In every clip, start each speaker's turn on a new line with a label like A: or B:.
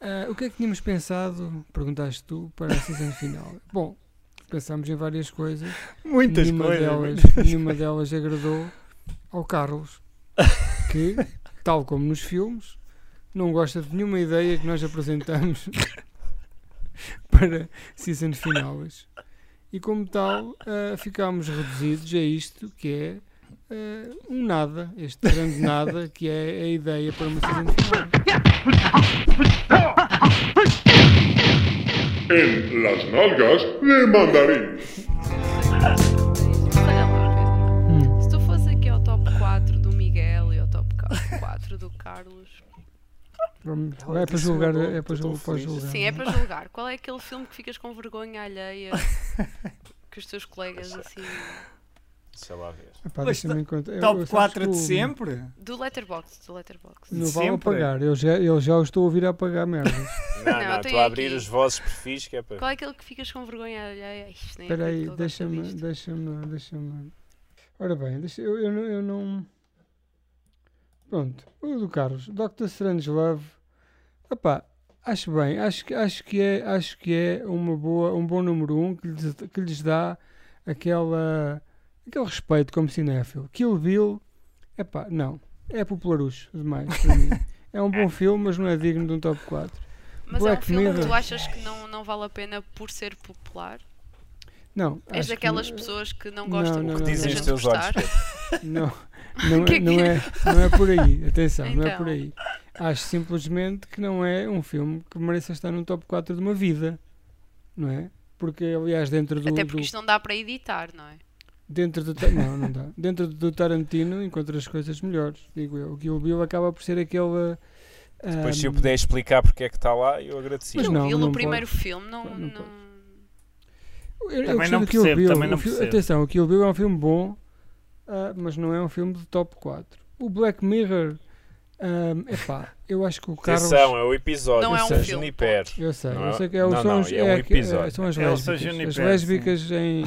A: Ah, o que é que tínhamos pensado, perguntaste tu, para a season final? Bom, pensámos em várias coisas.
B: Muitas
A: nenhuma
B: coisas.
A: Delas,
B: muitas-
A: nenhuma delas agradou ao Carlos, que, tal como nos filmes, não gosta de nenhuma ideia que nós apresentamos para season finais. E como tal, ah, ficámos reduzidos a isto que é ah, um nada, este grande nada que é a ideia para uma season final.
C: En las nalgas de mandarín.
D: Sei lá,
A: Hum.
D: Se tu fosse aqui ao top 4 do Miguel e ao top 4 do Carlos.
A: Vamos-
B: Ela
A: é para
B: disse
A: julgar,
B: uma boa,
A: é para
B: estou
A: julgar. para
B: feliz.
A: julgar.
D: Sim, é para julgar. Qual é aquele filme que ficas com vergonha alheia que os teus colegas assim.
E: Sei lá ver.
A: Epá,
B: Mas
A: deixa-me encontrar. Eu-
B: é Top
A: eu- sabes
B: 4
A: que
B: de
A: o-
B: sempre?
D: Do Letterboxd, do Letterboxd.
A: Não
B: de
A: vale
B: sempre?
A: apagar, eu já, eu já o estou a ouvir a apagar merda.
D: Não,
E: Não,
D: eu
E: não, estou
D: tenho
E: a abrir
D: aqui.
E: os vossos perfis que é para.
D: Qual é aquele que ficas com vergonha alheia? Isto nem é
A: Espera
D: acredito que
A: aí,
D: ele gosta
A: deixa-me,
D: disto.
A: deixa-me, deixa-me. Ora bem, deixa, eu, eu, não- eu não. Pronto, o do Carlos, Dr. Strange Love. Epá, acho bem, acho, que- acho, que é, acho que é uma boa, um bom número um que lhes, que lhes dá aquela, aquele respeito como cinéfilo. Kill Bill, epá, não, é popularucho demais para mim. É um bom filme, mas não é digno de um top 4.
D: Mas é um
A: Black
D: filme que tu
A: Mirror.
D: achas que não, não vale a pena por ser popular?
A: Não,
D: És
A: acho que
D: daquelas
A: não-
D: pessoas que não
A: não,
D: gostam
A: não,
D: que
A: não,
D: muita
A: não.
E: Dizem os
D: gente
E: teus olhos.
D: gostar?
E: Pedro.
A: Não, não,
D: Que
A: é,
D: é que-
A: não, é, não é por aí, atenção, não é
D: Então.
A: por aí. Acho simplesmente que não é um filme que mereça estar num top 4 de uma vida, não é? Porque, aliás, dentro do.
D: Até porque
A: do-
D: isto não dá para editar, não é?
A: dentro do Ta- não, não dá. Dentro do Tarantino encontras coisas melhores, digo eu. O Kill Bill acaba por ser aquele. ah,
E: Depois, se eu puder explicar porque é que está lá, eu agradecia.
A: Mas
D: Kill
A: não,
D: Bill,
A: não
D: o primeiro filme, não.
A: Não pode.
D: não-
A: Eu- eu
B: Também
A: gostei
B: não
A: do Kill
B: percebo,
A: Bill.
B: também
A: O
B: não
A: fi-
B: percebo.
A: Atenção, o Kill Bill é um filme bom, ah, mas não é um filme de top 4. O Black Mirror, é epá, eu acho que o Carlos...
E: Atenção, é o episódio.
D: Não é um
E: São
D: filme,
E: Juniper.
A: Eu sei,
E: Não
A: eu
E: é-
A: sei que é, o-
E: não,
A: são,
E: não,
A: os-
E: é
A: é
E: um
A: que- é-
E: episódio.
A: são as
B: É o
A: lésbicas.
B: São
A: as
B: Junipero,
A: lésbicas em,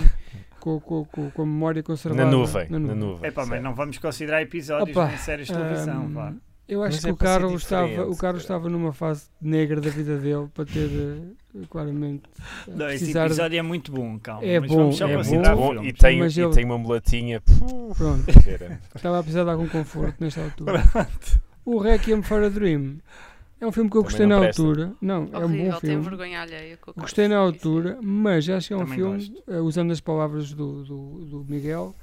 A: com, com, com, com a memória conservada.
E: Na nuvem. Na nuvem.
B: É pá, mas
E: certo.
B: não vamos considerar episódios
A: Opa, hum,
B: nem séries de
A: Ahm,
B: é televisão, vá.
A: eu acho
E: Mas
A: que
E: é
A: o
E: para ser
A: Carlos, estava, o
E: diferente,
A: Carlos
E: cara.
A: estava numa fase negra da vida dele para ter eh, claramente eh,
B: Não, esse
A: precisar de-
B: episódio é muito bom, calma.
A: É
B: mas
A: bom,
B: vamos só
A: é
B: considerar
A: bom.
B: assim filmes.
E: e, tem,
A: Mas
E: e
A: eu-
E: tem uma mulatinha.
A: Pronto,
E: caramba.
A: estava a precisar de algum conforto nesta altura. o Requiem for a Dream é um filme que eu
E: Também
A: gostei
E: não
A: na
E: presta.
A: altura. Não, é um
D: Horrível,
A: bom
D: tenho
A: filme.
D: vergonha alheia. com o que
A: Gostei na
D: aconteceu.
A: altura, mas acho que é um
B: Também
A: filme,
B: gosto.
A: eh, usando as palavras do, do, do Miguel,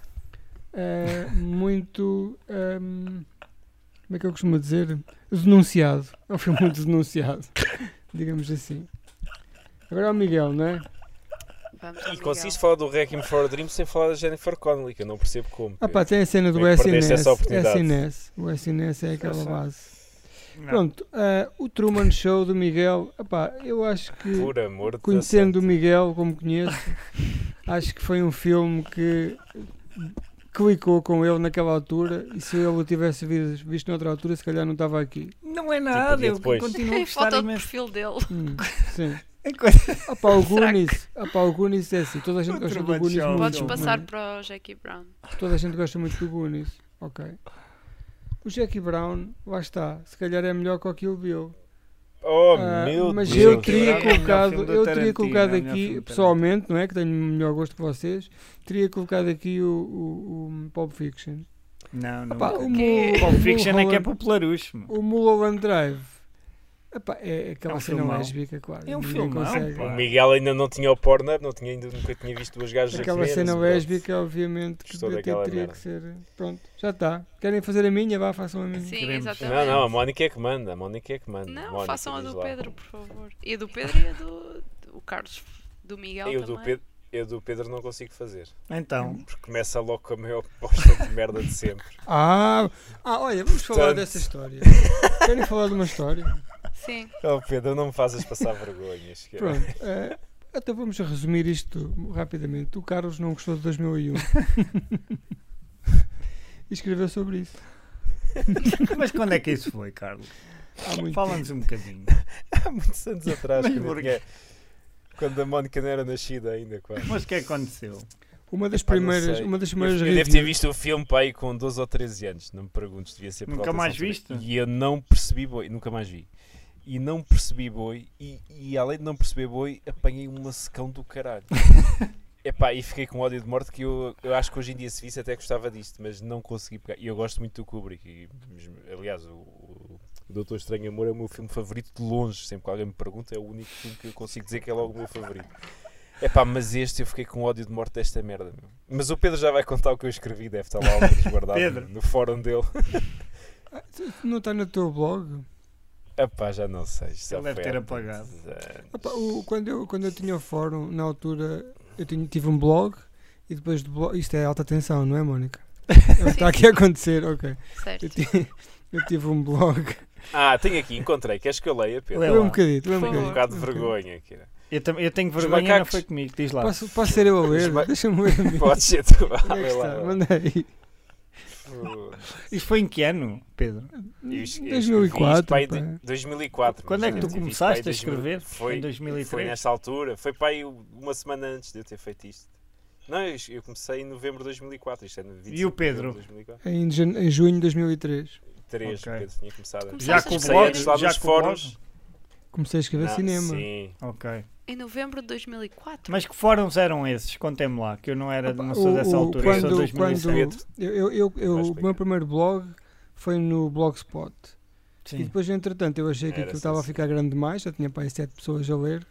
A: eh, muito. ehm, como é que eu costumo dizer? Denunciado. É um filme muito denunciado, digamos assim. Agora é o Miguel, não é?
D: tipo, Vamos lá,
E: E
D: Miguel.
E: conseguiste falar do Requiem for a Dream sem falar da Jennifer Connelly, que eu não percebo como.
A: Ah pá, tem a cena do
E: Bem É. que perdeste
A: SNS.
E: essa oportunidade.
A: SNS. O SNS é aquela
B: sei.
A: base.
B: Não.
A: Pronto, eh, o Truman Show do Miguel, epá, eu acho que.
E: Por amor de
A: Conhecendo o Miguel como conheço, acho que foi um filme que clicou com ele naquela altura e se ele o tivesse vi- visto noutra altura, se calhar não estava aqui.
B: Não é
E: Tipo,
B: nada,
E: dia
B: eu
E: depois.
B: continuo a
D: Tem
B: gostar
D: foto de
B: imenso.
D: perfil dele.
A: Hum, sim.
B: É coisa-
A: Ah pá, o Goonies, ah pá, o Goonies é assim, toda a gente
B: O
A: gosta do
B: Truman
A: Goonies
B: Show.
A: muito.
D: Podes
B: Não,
D: passar
A: não
D: para o Jackie Brown.
A: é? Toda a gente gosta muito do Goonies, ok. O Jackie Brown, lá está, se calhar é melhor que o Kill Bill.
E: Oh,
A: Ah,
E: meu
A: mas
E: Deus.
A: eu teria
B: Brown é o melhor
A: colocado,
B: filme do
A: eu teria
B: Tarantino,
A: colocado
B: é o melhor filme
A: aqui,
B: do Tarantino.
A: pessoalmente, não é? Que tenho melhor gosto que vocês, teria colocado aqui o, o, o Pulp Fiction.
B: Não, não.
A: Epá, o
B: o
A: Mu- o
B: Pulp Fiction é que é
A: Mulholland-
B: popularucho. meu.
A: O Mulholland Drive. Epá, é aquela
B: É um
A: cena
B: filmão.
A: lésbica, claro.
B: É um
A: ninguém
B: filmão,
A: consegue.
B: pá.
E: O Miguel ainda não tinha o Pornhub, não tinha, ainda nunca tinha visto duas gajas a
A: Aquela
E: comer.
A: cena
E: mas
A: lésbica, obviamente, que
E: Gostou
A: até
E: daquela
A: teria
E: merda.
A: que ser. Pronto, já está. Querem fazer a minha? Vá, façam a minha.
D: Sim,
B: queremos.
E: pronto.
D: exatamente.
E: Não, não, a Mónica é que manda. A Mónica é que manda.
D: Não,
E: Mónica,
D: façam a
E: diz
D: do
E: lá.
D: Pedro, por favor. E a do Pedro e a do, do Carlos, do Miguel
E: Eu
D: também.
E: do Pedro. Eu do Pedro não consigo fazer.
B: Então,
E: Porque começa logo com a maior posta de merda de sempre.
A: Ah, ah, olha, vamos falar
E: Portanto-
A: dessa história. Querem falar de uma história?
D: Sim.
E: Oh Pedro, não me faças passar vergonhas. que-
A: Pronto. eh, então vamos resumir isto rapidamente. O Carlos não gostou de 2001. e escreveu sobre isso.
B: mas quando é que isso foi, Carlos?
A: Há muito tempo.
B: Fala-nos um bocadinho.
E: Há muitos anos atrás,
B: Mas
E: quando, eu
B: porquê?
E: tinha- quando a Mónica não era nascida ainda, quase.
B: Mas o que é que aconteceu?
A: Uma das
E: Epá, não
A: primeiras,
E: sei.
A: uma das
E: Eu,
A: primeiras
E: eu devo ter
A: reviews-
E: visto o filme para aí com 12 ou 13 anos, não me perguntes, devia ser por
B: Nunca
E: volta
B: mais
E: dessa altura.
B: viste?
E: E eu não percebi, boi, nunca mais vi. e não percebi boi e, e além de não perceber boi, apanhei uma secão do caralho. Epá, e fiquei com ódio de morte que eu, eu acho que hoje em dia se visse até gostava disto, mas não consegui pegar. E eu gosto muito do Kubrick. E, aliás, o, o Doutor Estranho Amor é o meu filme favorito de longe. Sempre que alguém me pergunta, é o único filme que eu consigo dizer que é logo o meu favorito. Epá, mas este eu fiquei com ódio de morte desta merda. meu. Mas o Pedro já vai contar o que eu escrevi, deve estar lá algo guardado
B: Pedro.
E: no fórum dele.
A: Ah, tu- tu Não está no teu blog?
E: Epá, já não sei. é isto já
A: é
B: Ele deve
E: foi
B: ter
E: há tantos
B: apagado.
E: anos.
A: Opa, o- quando, eu, quando eu tinha o fórum, na altura, eu tinha- tive um blog e depois do blog. Isto é alta tensão, não é, Mónica? É o que está aqui a acontecer, ok.
D: Certo.
A: Eu, ti- eu tive um blog.
E: Ah, tenho aqui, encontrei. Queres que eu leia, Pedro?
B: Lê
A: Lê
B: lá.
A: um bocadinho, lê um
D: Por
E: Tenho um
A: bocadinho.
E: bocado de vergonha aqui. né?
B: Eu, tam- eu tenho
E: Os
B: vergonha, não
E: macacos.
B: foi comigo. Diz lá.
A: Posso, posso ser eu a ler?
E: Mas-
A: Deixa-me ler. a mim.
E: Pode ser tu. vá,
A: Onde é que
E: lê lá,
A: está?
E: vá.
A: Manda aí.
B: Isso foi em que ano, Pedro?
E: Eu es- eu escrevi isto
A: 2004.
E: para aí
A: pá.
E: de- 2004.
B: Quando
E: mas
B: é que tu
E: eu escrevi isto
B: começaste
E: para aí
B: a escrever?
E: 2000 Foi,
B: Em 2003?
E: Foi nessa altura. Foi para aí uma semana antes de eu ter feito isto. Não, eu, eu comecei em novembro de 2004. Isto é no 25
B: E o
E: de
B: Pedro?
E: novembro de 2004.
A: Em, jan- em junho de 2003.
E: Três,
B: Ok.
E: o Pedro tinha começado. antes.
B: Já
D: Já
B: com o
E: comecei
B: blog?
E: antes lá
B: Já
E: nos
B: com o
E: fóruns.
B: blog?
A: Comecei a escrever
E: Não,
A: cinema.
E: Sim.
B: Ok.
D: Em novembro de 2004.
B: Mas que fóruns eram esses? Contem-me lá, que eu não era, não sou
A: O-
B: dessa
A: o-
B: altura, eu sou
A: quando,
B: de
A: quando
B: 2007.
A: eu, eu, eu, eu-
E: Vais
A: o meu
E: explicar.
A: primeiro blog foi no Blogspot. E
B: Sim.
A: depois, entretanto, eu achei que
E: Era
A: aquilo estava a
E: assim.
A: ficar grande demais, já tinha para aí 7 pessoas a ler,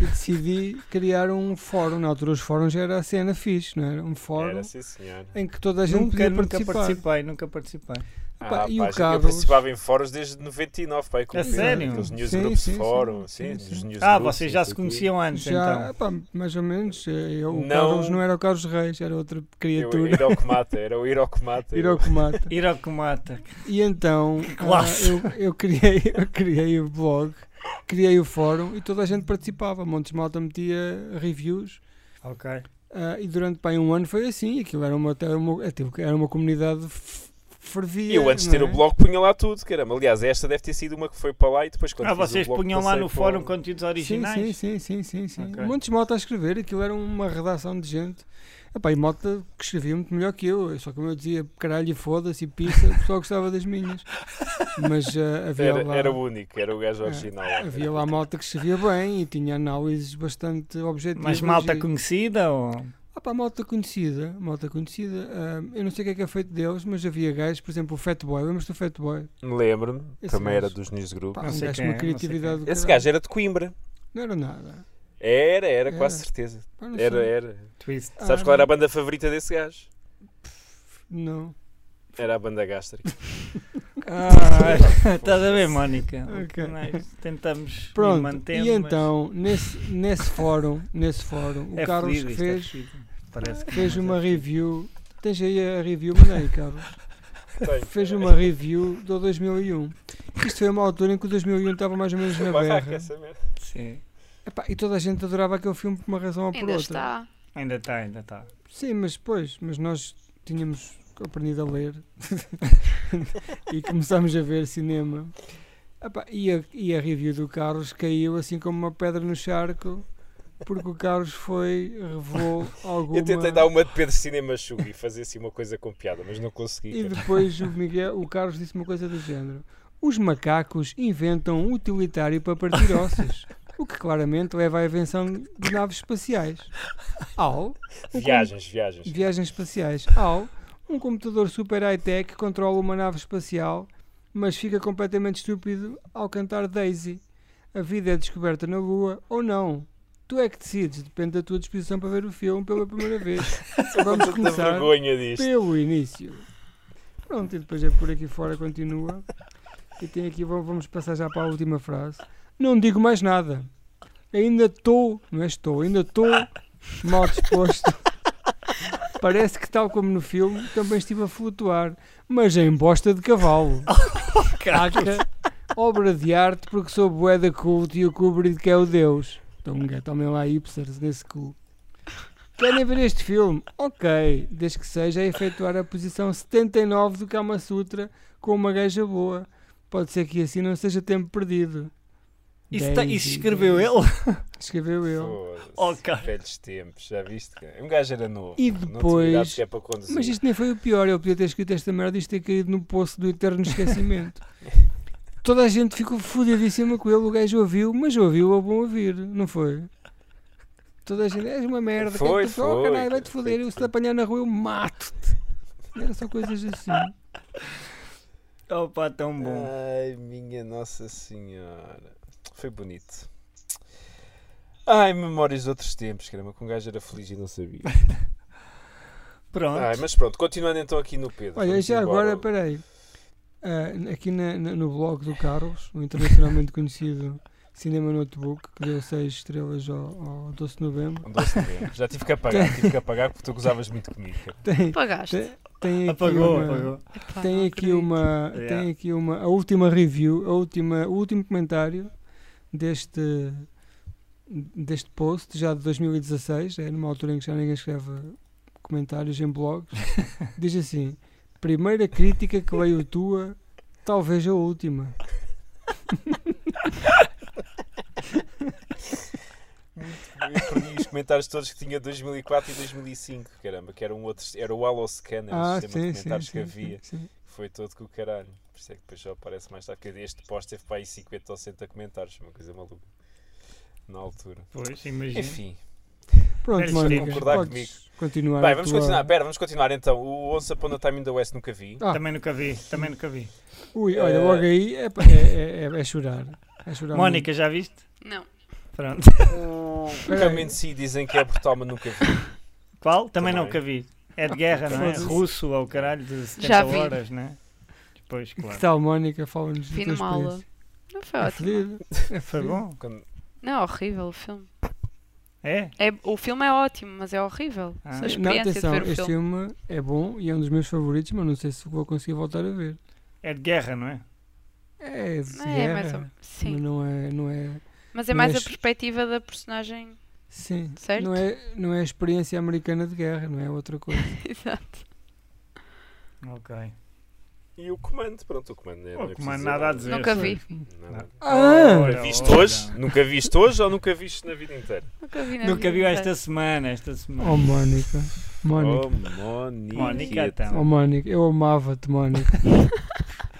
A: e decidi criar um fórum. Na altura, os fóruns já era a cena fixe, não era? Um fórum
E: Era, assim. sim, senhor.
A: em que toda a gente
B: Nunca,
A: podia
B: nunca
A: participar.
B: participei, nunca participei.
E: Ah,
A: Pá, e o
E: pá, gente, Eu
A: Carlos? É
E: participava em fóruns desde 99, pá, com
B: É
E: o Pedro,
B: sério?
E: Aqueles news
A: Sim,
E: groups
A: sim,
E: de fórum,
A: sim,
E: sim,
A: sim,
E: dos
A: sim.
E: news
B: Ah,
E: groups,
B: vocês já
E: não
B: se
E: sei o quê.
B: conheciam antes,
A: Já,
B: então.
A: pá, mais ou menos, eh, eu, o
E: Não.
A: Carlos não era o Carlos Reis, era outra
E: Eu,
A: criatura.
E: era o que mata, era o ir ao que mata.
A: Ir ao que mata.
B: Ir ao que mata.
A: E então ah,
B: classe!
A: eu, eu, criei, eu criei o blog, criei o fórum e toda a gente participava. Montes de Malta metia reviews
B: Ok.
A: ah, e durante pá, um ano foi assim. Aquilo era uma, era uma, aquilo era uma comunidade f- fervia.
E: E eu antes de
A: não
E: ter o
A: é?
E: blog punha lá tudo, caramba. Aliás, esta deve ter sido uma que foi para lá e depois quando
B: Ah,
E: fiz o
B: vocês
E: blog,
B: punham lá
E: passei
B: no
E: para o-
B: fórum conteúdos
A: Sim,
B: originais?
A: sim, sim, sim, sim, sim.
B: Ok.
A: Montes de malta a escrever, aquilo era uma redação de gente. Epá, e malta que escrevia muito melhor que eu, só que eu dizia caralho e foda-se e pizza, o pessoal gostava das minhas. Mas ah, havia
E: Era,
A: lá...
E: era o único, era o gajo
A: É,
E: original.
A: Havia lá malta que escrevia bem e tinha análises bastante objetivas.
B: Mas malta
A: e-
B: conhecida ou...
A: Ah pá, malta conhecida, malta conhecida. ah, eu não sei o que é que é feito deles, mas havia gajos, por exemplo, o Fatboy, lembras do Fatboy?
E: Me lembro-me,
A: Esse
E: também era
A: gajo.
E: dos newsgroups.
A: Pá,
B: Não
A: um
B: sei
A: gajo com
B: quem
A: uma
B: é, não sei
A: criatividade do
E: Esse
A: caralho.
E: gajo era de Coimbra.
A: Não era nada.
E: Era, era,
A: Era.
E: quase certeza.
A: Pá, não
E: Era,
A: sei.
E: era.
B: Twist.
A: Ah,
E: Sabes qual era a banda favorita desse gajo?
A: Não.
E: Era a banda Gastric.
B: Ah, estás a ver, Mónica? O que
A: Ok.
B: nós Tentamos
A: Pronto,
B: manter
A: e então, nesse, nesse fórum, nesse fórum, o
B: é
A: Carlos
B: fedido, isto é
A: fez,
B: fedido. Parece que
A: fez
D: Ah,
B: não,
A: uma
D: tá.
B: mas é fedido.
A: review. Tens aí a review, manda aí, Carlos.
E: Tenho.
A: Fez uma review do 2001. Isto foi uma altura em que o 2001 estava mais ou menos na
E: Uma barraca,
A: berra.
E: essa merda.
B: Sim.
A: Epá, e toda a gente adorava aquele filme por uma razão ou por
D: Ainda
A: outra.
D: está.
B: Ainda está, ainda tá. está.
A: Sim, mas pois, mas nós tínhamos aprendido a ler e começámos a ver cinema. Epá, e, a, e a review do Carlos caiu assim como uma pedra no charco, porque o Carlos foi, revelou alguma...
E: Eu tentei dar uma de Pedro Cinema Sugar e fazer assim uma coisa com piada, mas não consegui.
A: E
E: cara.
A: depois o, Miguel, o Carlos disse uma coisa do género. Os macacos inventam um utilitário para partir ossos, o que claramente leva à invenção de naves espaciais. Ao... o
E: Viagens, viagens.
A: Viagens espaciais. Ao, um computador super high-tech controla uma nave espacial, mas fica completamente estúpido ao cantar Daisy. A vida é descoberta na Lua ou não? Tu é que decides, depende da tua disposição para ver o filme pela primeira vez. Vamos
E: Tanta
A: começar
E: vergonha disto.
A: pelo início. Pronto, e depois é por aqui fora, continua. E tem aqui, vamos vamos passar já para a última frase. Não digo mais nada. Ainda estou, não é estou, ainda estou mal disposto. Parece que, tal como no filme, também estive a flutuar, mas em bosta de cavalo. Caca, obra de arte, porque sou bué da culto e o Kubrick é o Deus. Então, um gato, tomem lá hipsters nesse cu. Querem ver este filme? Ok, desde que seja a efetuar a posição 79 do Kama Sutra com uma gaja boa. Pode ser que assim não seja tempo perdido.
B: Isso, tá- isso
A: Daisy,
B: escreveu
A: Daisy.
B: ele?
A: Escreveu eu.
E: Foda-se,
B: Oh, cara.
E: Velhos tempos, já viste? cara? Um gajo era novo.
A: E
E: não tinha
A: depois-
E: idade que é para conduzir.
A: Mas isto nem foi o pior, ele podia ter escrito esta merda e isto ter caído no poço do eterno esquecimento. Toda a gente ficou fodidíssima com ele. O gajo ouviu, mas ouviu a bom ouvir, não foi? Toda a gente, és uma merda.
E: Foi,
A: quem tu oh,
E: foi,
A: caralho, vai-te
E: foi,
A: foder. Eu, se te apanhar na rua, eu mato-te. Era só coisas assim.
B: Opa, tão bom.
E: Ai, minha Nossa Senhora. Foi bonito. Ai, memórias de outros tempos, caramba, que um gajo era feliz e não sabia.
B: Pronto.
E: Ai, mas pronto, continuando então aqui no Pedro.
A: Olha,
E: vamos
A: já
E: embora.
A: agora, peraí. Ah, aqui na- na- no blog do Carlos, o internacionalmente conhecido Cinema Notebook, que deu 6 estrelas ao, ao 12 de novembro,
E: Um doce de dente. Já tive que apagar, tive que apagar porque tu gozavas muito comigo. cara.
A: tem,
D: Pagaste.
A: tem aqui
B: apagou,
A: uma,
B: apagou.
D: Epá, não
A: Tem aqui
D: acredito.
A: uma,
E: É.
B: Yeah.
A: tem aqui uma, a última review, a última, o último comentário deste deste post, já de 2016, é numa altura em que já ninguém escreve comentários em blogs, diz assim: primeira crítica que veio tua, talvez a última.
E: Eu perdi os comentários todos que tinha 2004 e 2005, caramba, que era um outro, era o Allo Scanner, o sistema de é comentários que havia.
A: Ah, sim.
E: Foi todo com o caralho. Por isso é que depois já aparece mais tarde. que Este post teve para aí 50 ou 60 comentários, uma coisa maluca. Na altura.
B: Pois, imagina.
E: Enfim.
A: Pronto,
B: Eres
A: mano,
B: incrível.
E: Concordar
A: podes continuar.
E: Bem,
A: a
E: vamos
A: tua-
E: continuar. Pera, vamos continuar então. O Once Upon a Time in the West nunca vi.
A: Ah.
B: Também nunca vi, também nunca vi.
A: Ui, olha, logo
E: Eh,
A: aí é, é, é, é chorar. É chorar muito.
B: Mónica, já viste?
D: Não.
B: Pronto.
E: Come and See dizem que é brutal, mas nunca vi.
B: Qual? Também,
E: Também.
B: nunca vi. É de guerra, não é?
A: Foda-se.
B: Russo ou caralho, de 70
D: Já vi.
B: horas, né? Depois,
A: Que
B: claro.
A: tal, Mónica? Fala-nos da
D: Vi
A: tua
D: numa aula.
A: experiência.
D: Não foi
A: É
D: ótimo.
A: fedido. É
B: Foi
A: fedido.
B: bom?
E: Quando-
D: Não, é horrível o filme.
B: É?
D: É, o filme é ótimo, mas é horrível.
B: Ah.
D: Só
B: Não,
D: A
A: Não,
D: experiência
A: atenção,
D: de ver o
A: este
D: filme.
A: filme é bom e é um dos meus favoritos, mas não sei se vou conseguir voltar a ver.
B: É de guerra, não é?
A: É de
D: Não, é mais ou
A: guerra, mas
D: Sim.
A: não é, não é,
D: Mas é mais a
A: mas-
D: perspectiva da personagem.
A: sim,
D: Certo?
A: não é, não é a experiência americana de guerra, não é outra coisa.
D: Exato.
B: Ok.
E: E o comando, pronto, o comando. né? Não é
B: Oh, comando,
E: preciso
B: nada a
E: dizer.
B: dizer.
D: Nunca vi.
E: Nada.
A: Ah!
B: Olha,
E: Viste
B: olha.
E: hoje? Nunca viste hoje ou nunca viste na vida inteira?
D: Nunca vi na
B: Nunca
D: vida
B: viu
D: inteira.
B: esta semana, esta semana.
A: Oh Mónica, Mónica,
E: Oh, Mónica.
B: Mónica,
A: oh,
B: então.
A: Mónica, eu amava-te Mónica.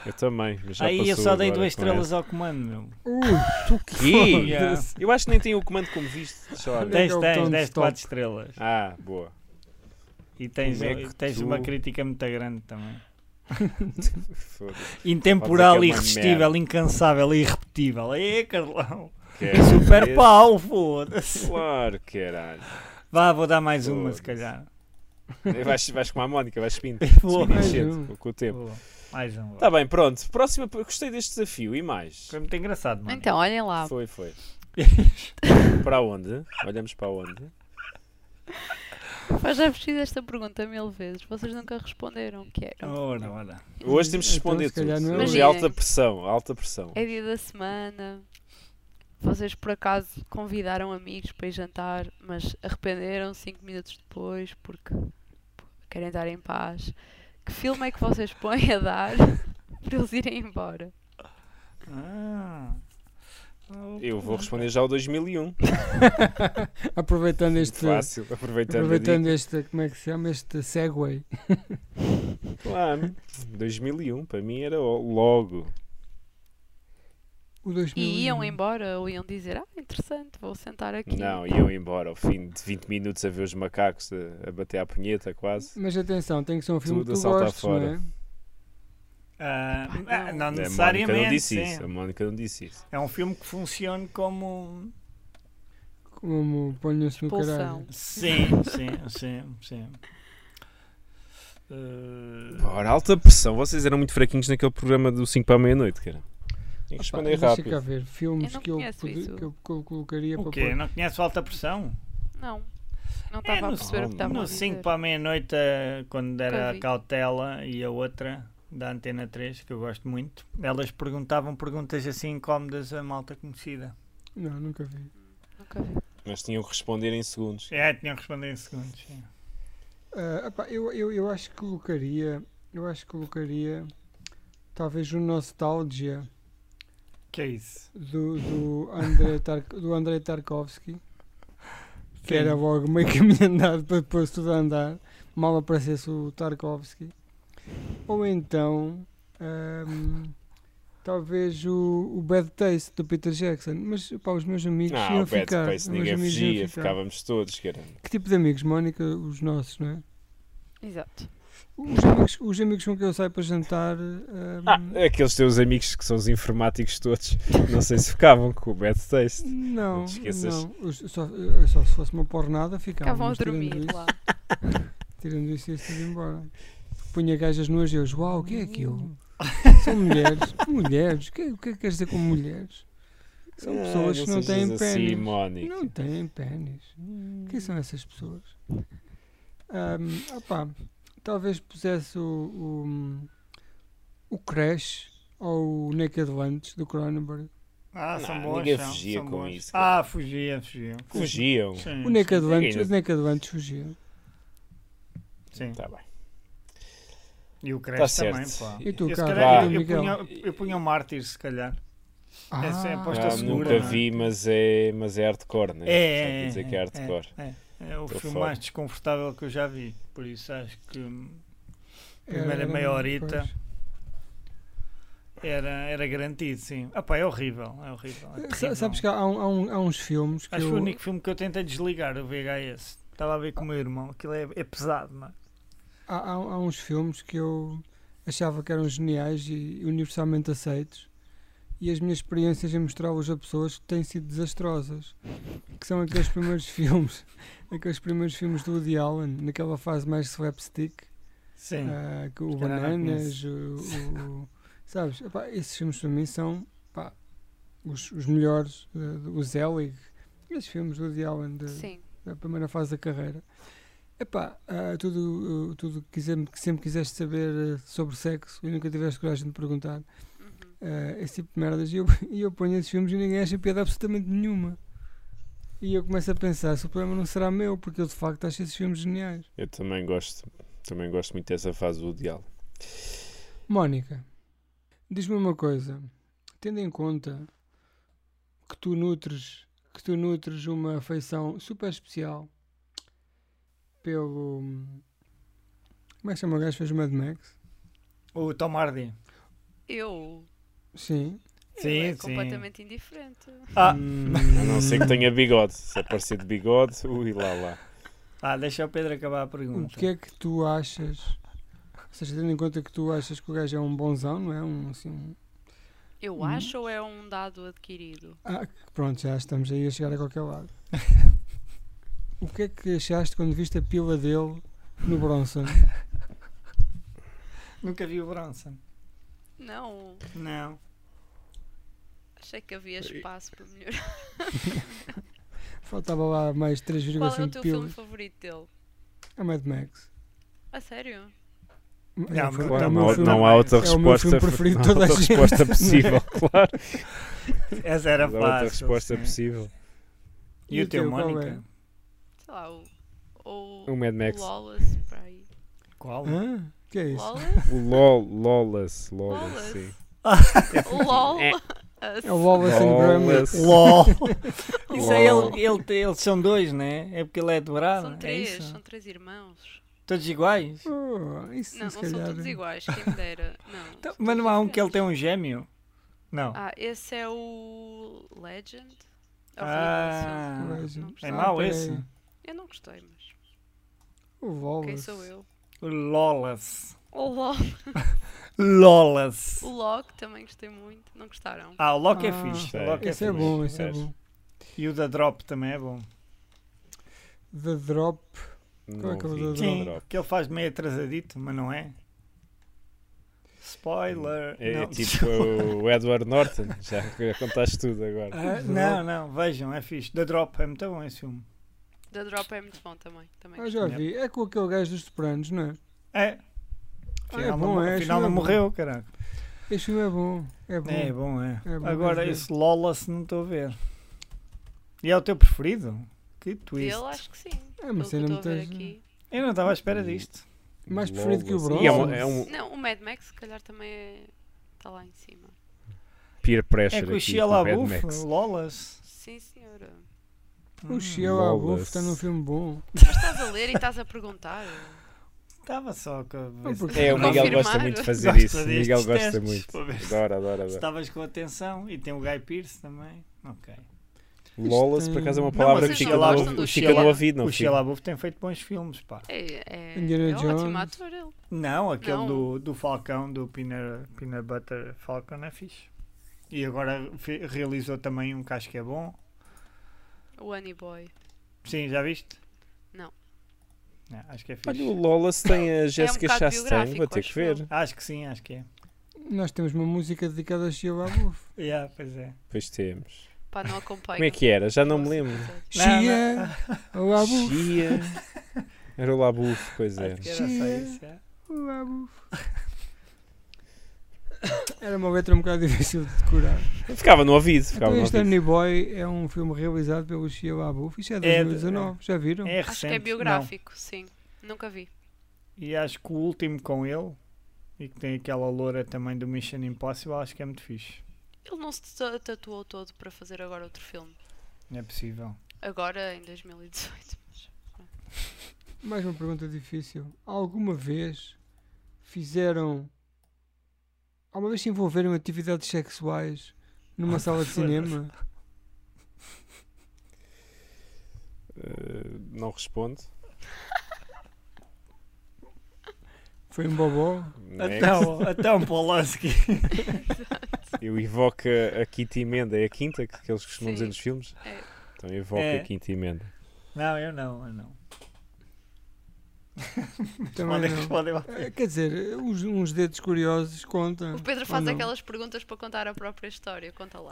E: Eu também, mas já
B: Aí eu
E: passou
B: só dei
E: agora
B: duas
E: com essa.
B: estrelas ao comando, meu.
A: Ui,
E: Tu quê?
B: Yeah.
E: Eu acho que nem tem o comando como viste. Deixa lá ver.
A: Tem-
B: Tens,
A: é o botão
B: tens,
A: de
B: deste
A: stop?
B: 4 estrelas.
E: Ah, boa.
B: E tens,
E: Como é que
B: tens
E: tu-
B: uma crítica muito grande também.
E: Foda-se. Pode dizer
B: Intemporal,
E: que é uma
B: irresistível, incansável e irrepetível. É, Carlão.
E: Que
B: É super
E: esse-
B: pau, foda-se.
E: Claro, caralho.
B: Vá, vou dar mais uma,
E: Foda-se.
B: se calhar.
E: Vais, vais com a Mónica, vais subindo.
B: Vou.
E: Subindo
A: Mais
E: enchendo
A: um.
E: com- com o tempo.
B: Boa. Mais um.
E: Tá bem, pronto. Próxima, eu gostei deste desafio e mais.
B: Foi muito engraçado, mano.
D: Então, olhem lá.
E: Foi, foi. Para onde? Olhamos para onde?
D: Eu já vos fiz esta pergunta mil vezes. Vocês nunca responderam que era.
B: Então, Ora, ora.
E: Hoje temos que
A: Então,
E: responder
A: se calhar
E: tudo.
A: não é
E: Hoje
D: hoje.
E: é alta pressão, alta pressão.
D: É dia da semana. Vocês por acaso convidaram amigos para ir jantar, mas arrependeram cinco minutos depois porque querem estar em paz. Que filme é que vocês põem a dar para eles irem embora?
B: Ah.
E: Eu vou responder já ao 2001.
A: aproveitando este,
E: Fácil, aproveitando,
A: aproveitando este, como é que se chama, este segue.
E: a dica. Claro, 2001, para mim era o- logo.
A: O 2000
D: E iam embora ou iam dizer, ah, interessante, vou sentar aqui.
E: Não, iam embora ao fim de 20 minutos a ver os macacos a, a bater à punheta quase.
A: Mas atenção, tem que ser um filme que
E: Tudo a
A: tu
E: saltar
A: gostes, não
E: fora.
A: é?
B: Ah, não
D: não.
E: A é Mónica não
B: necessariamente.
E: disse isso.
B: sim.
E: A Mónica não disse isso.
B: É um filme que funciona como. um-
A: Como ponham-se no caralho.
D: Expulsão.
B: Sim, sim, sim, sim. Eh,
E: Ora, alta pressão. Vocês eram muito fraquinhos naquele programa do 5 para a meia-noite, cara. Tem que
A: Pá,
E: responder
A: Deixa cá
E: rápido.
A: ver, filmes
D: Eu não
A: que eu,
D: conheço
A: podi-
D: isso.
A: que eu col- colocaria
B: Ah, o
A: para
B: quê?
A: pôr.
B: Não conhece alta pressão?
D: Não, não estava a
B: no-
D: perceber o
E: Tá
D: que estava a
B: No
D: dizer.
B: 5 para a meia-noite, eh, quando era
D: Nunca
B: a
D: vi.
B: cautela e a outra da Antena 3, que eu gosto muito, elas perguntavam perguntas assim incómodas a malta conhecida.
A: Não, nunca vi.
D: Nunca vi.
E: Mas tinham que responder em segundos.
B: É, tinham que responder em segundos. sim.
A: Ah, epá, eu, eu, eu acho que colocaria. Eu acho que colocaria. Talvez o Nostalgia
B: Que é isso?
A: do, do, Andrei, Tark, do Andrei Tarkovsky. Que era logo meio caminho andado para depois tudo a andar. Mal aparecesse o Tarkovsky. Ou então. ahm, talvez o, o Bad Taste do Peter Jackson, mas pá, os meus amigos
E: Ah,
A: iam
E: o Bad
A: ficar.
E: Space
A: Meus
E: ninguém
A: amigos iam
E: fugia,
A: ficar.
E: ficávamos todos, caramba.
A: Que tipo de amigos, Mónica? Os nossos, não é?
D: Exato.
A: Os amigos, os amigos com quem eu saio para jantar. hum,
E: Ah, aqueles teus amigos que são os informáticos todos, não sei se ficavam com o Bad Taste.
A: Não,
E: Não te esqueças.
A: não. Os- Só, eh, só se fosse uma pornada ficava.
D: Ficavam a dormir lá.
A: Tirando isso, ia tudo embora. Punha gajas nuas e eu, uau, o que é aquilo? São mulheres. Mulheres? O que, o que é que queres dizer com mulheres? São
E: Ah,
A: pessoas que não
E: sejas
A: têm
E: assim,
A: pênis.
E: Mónica.
A: Não têm pênis. Quem são essas pessoas? Ahm, opá, talvez pusesse o, o, o Crash ou o Naked Lunch do Cronenberg.
B: Ah, são
E: Não,
B: boas.
E: ninguém
B: são-
E: fugia
B: são
E: com
B: boas.
E: isso, cara.
B: Ah, fugia, fugia.
E: Fugiam.
B: Hum, Sim,
A: O Naked
E: ninguém
A: Lunch, o
E: não-
A: Naked Lunch fugiu.
B: sim.
E: Tá bem.
B: E o Crash
E: Tá
B: também,
E: certo.
B: pá.
A: E tu,
B: Eu, se
A: Carlos?
B: calhar,
E: Vá.
B: é eu, eu
A: Miguel?
B: punha, eu punha o Mártir, se calhar. Essa é a aposta
E: Ah,
B: segura,
E: nunca
B: não é?
E: vi, mas é, mas é hardcore, né? Só
B: É,
E: quer
B: é,
E: dizer que é hardcore.
B: é, é o
E: Tô
B: filme
E: fora.
B: mais desconfortável que eu já vi. Por isso acho que hum, Primeira
A: Era- era
B: meia
A: uma
B: horita.
A: coisa.
B: era, era garantido, sim. Ah, pá, é horrível, é horrível. é
A: Sa-
B: terrível.
A: Sabes que há, há um- há um- há uns filmes que
B: Acho que foi o
A: eu-
B: único filme que eu tentei desligar, o VHS. Estava a ver com o meu irmão, aquilo é, é pesado, mano.
A: há, há- há uns filmes que eu achava que eram geniais e universalmente aceitos e as minhas experiências em mostrá-los a pessoas têm sido desastrosas que são aqueles primeiros filmes aqueles primeiros filmes do Woody Allen naquela fase mais slapstick
B: Sim.
A: ah, que o
B: Se calhar não
A: Bananas
B: conheço.
A: o, o- sabes, epá, esses filmes para mim são pá, os, os melhores eh, do- o Zelig esses filmes do Woody Allen de-
D: Sim.
A: a primeira fase da carreira. Epá, ah, tudo o tudo que, quiser- que sempre quiseste saber ah, sobre sexo e nunca tiveste coragem de perguntar,
D: Uhum.
A: ah, esse tipo de merdas. E eu, e eu ponho esses filmes e ninguém acha piada absolutamente nenhuma. E eu começo a pensar: se o problema não será meu, porque eu de facto acho esses filmes geniais.
E: Eu também gosto, também gosto muito dessa fase do diálogo.
A: Mónica, diz-me uma coisa. Tendo em conta que tu nutres, que tu nutres uma afeição super especial pelo. Como é que chama o gajo que fez o Mad Max?
B: O Tom Hardy.
D: Eu.
A: Sim.
D: eu
B: Sim,
D: é
B: sim.
D: completamente indiferente.
B: Ah,
A: Hum,
E: A não ser que tenha bigode. Se aparecer de bigode, ui lá lá.
B: ah, deixa o Pedro acabar a
A: O
B: pergunta.
A: que é que tu achas? Ou seja, tendo em conta que tu achas que o gajo é um bonzão, não é? Um, assim, um-
D: Eu
A: Hum.
D: acho ou é um dado adquirido?
A: Ah, pronto, já estamos aí a chegar a qualquer lado. o que é que achaste quando viste a pila dele no Bronson?
B: Nunca vi o Bronson.
D: Não.
B: Não.
D: Achei que havia espaço para melhorar.
A: Faltava lá mais
D: Qual é o
A: 3,5
D: teu filme
A: pilas.
D: favorito dele?
A: A Mad Max.
D: A sério?
A: É o
B: mas
A: meu-
B: claro,
A: é o
E: Não,
A: meu
E: há-
A: filme-
E: não há outra
A: é o meu
E: resposta,
A: filme preferido de
E: não há
A: toda a
E: outra
A: gente.
E: resposta possível, claro.
B: Essa era
E: Não há outra
B: É fácil.
E: resposta
B: sim.
E: possível.
B: E, o teu, é?
A: qual
B: Mónica?
D: Sei lá, o. Ou.
E: O Um Mad Max.
D: Lawless, para aí.
B: Qual?
A: é? Hã? Que é isso?
D: Lawless?
E: O LOL, Lawless, Lawless,
D: Lawless?
E: sim.
D: LOL?
A: É o Wallace and Gromit.
E: Lawless.
B: LOL. Isso é
E: LOL.
B: ele, ele, eles são dois, né? É porque ele é dobrado.
D: São
B: é
D: três,
B: isso?
D: são três irmãos.
B: Todos iguais?
A: Oh, isso
D: Não, não
A: se
D: são
A: calhar-
D: todos iguais, quem me dera. Não.
B: Então,
D: são
B: mas não
D: todos
B: há um que ele um
D: diferentes.
B: tem um gêmeo? Não.
D: Ah, esse é o Legend? É horrível
B: Ah,
D: esse filme. não
B: é
D: gostei.
B: mau
A: peraí.
B: esse?
D: Eu não gostei, mas.
A: O Wallace.
D: Quem sou eu?
B: O Lolas.
D: O LOL.
B: Lolas.
D: O Loki também gostei muito. Não gostaram?
B: Ah, o Loki é
A: Ah,
B: fixe. o
E: sei.
B: Loki é
A: Esse é
B: fixe.
A: bom, esse é
E: Mas-
A: bom.
B: E o da Drop também é bom.
A: The Drop.
E: Não
A: que é o
E: vi,
A: do-
E: não
B: Sim,
E: drop.
B: que ele faz meio atrasadito, mas não é. Spoiler.
E: É
B: não.
E: tipo o Edward Norton, já já contaste tudo agora.
B: Ah, não, não, vejam, é fixe. Da Drop é muito bom esse filme.
D: Da Drop é muito bom também. também
A: Ah, já
B: Yep.
A: vi. É com aquele gajo dos Sopranos, não é?
B: É.
A: Ah,
B: Afinal,
A: é
B: não,
A: bom, é.
B: afinal
A: esse
B: não
A: filme é bom.
B: morreu, caraca.
A: Este filme é bom. É bom.
B: É bom, é.
A: É bom,
B: Agora
A: quer dizer.
B: esse Lolas não estou a ver. E é o teu preferido? Que twist.
D: Dele, acho que sim.
A: É uma
D: Pelo que eu
A: cena
D: estou a
A: muito.
D: ver aqui.
B: Eu não estava à espera disto.
A: Mais preferido que o
E: Lawless. E é um-
A: Bronson.
E: é um
D: Não, o Mad Max, se calhar, também é. Está lá em cima.
E: peer
B: É
E: pressure
B: com o
E: aqui
B: Shia
E: com o Mad
B: LaBeouf,
E: Max.
B: Lolas.
D: Sim, senhora.
A: O Shia
E: Lawless.
A: LaBeouf está num filme bom.
D: Mas estás a ler e estás a perguntar.
B: Estava só com a ver se-
A: porque-
E: É, o Miguel
D: Confirmar.
E: gosta muito de fazer
B: Gosta
E: isso. O
B: destes
E: Miguel gosta
B: testes,
E: muito.
B: para ver se-
E: Adora, adora, adora.
B: Estavas com atenção e tem o Guy Pearce também. Ok.
E: Lolas,
A: tem-
E: por acaso, é uma
A: Não,
E: palavra
B: mas
E: que
B: o
E: fica
B: Shia
E: no
B: LaBeouf-
E: ouvi-
D: o
E: fica
D: Shia
E: no
D: La-
E: ouvido, não
B: o Shia
E: fica?
B: LaBeouf tem feito bons filmes, pá.
D: É, é,
A: Indiana
D: é um
A: Jones.
D: ótimo ator ele.
B: Não, aquele
D: Não.
B: Do, do Falcão, do Peanut, Peanut Butter Falcon é fixe. E agora fe- realizou também um que acho que é bom.
D: O Honey Boy.
B: Sim, já viste?
D: Não.
B: Não, acho que é
E: Olha,
B: fixe.
E: o Lolas tem a Jéssica
D: É um bocado
E: Chastain, vou
D: biográfico,
E: ter que
D: acho eu.
E: ver.
B: Acho que sim, acho que é.
A: Nós temos uma música dedicada a Shia LaBeouf.
B: Yeah, pois é.
E: Pois temos.
D: Pá, não acompanho.
E: Como é que era? Já não me lembro.
A: Shia LaBeouf.
E: Chia. Era o Labuf, pois é.
B: Acho que era só isso. é.
A: LaBeouf. Era uma letra um bocado difícil de decorar.
E: Ficava no ouvido, ficava
A: Então,
E: no
A: este
E: ouvido.
A: Honey Boy é um filme realizado pelo Shia LaBeouf. Isto é de
B: É de-
A: 2019, já viram?
B: É recente.
D: Acho que é
B: não.
D: biográfico, sim. Nunca vi.
B: E acho que o último com ele, e que tem aquela loura também do Mission Impossible, acho que é muito fixe.
D: Ele não se ta- tatuou todo para fazer agora outro filme.
B: Não é possível.
D: Agora, em 2018. mas-
A: Mais uma pergunta difícil. Alguma vez fizeram. Alguma vez se envolveram em atividades sexuais
E: Ah,
A: numa sala de cinema?
E: Uh, não responde.
A: Foi um bobó?
E: Next.
B: Então, então Polanski.
E: Eu evoco a, a quinta emenda. É a quinta que, que eles costumam dizer
D: Sim.
E: nos filmes?
D: É.
E: Então eu evoco
B: É.
E: a quinta emenda.
B: Não, eu não, eu não.
A: Também
B: Podem-
A: não.
B: podem-
A: Eh, Quer dizer, uns, uns dedos curiosos contam.
D: O Pedro
A: Ah, ou
D: faz
A: não?
D: aquelas perguntas para contar a própria história. Conta lá.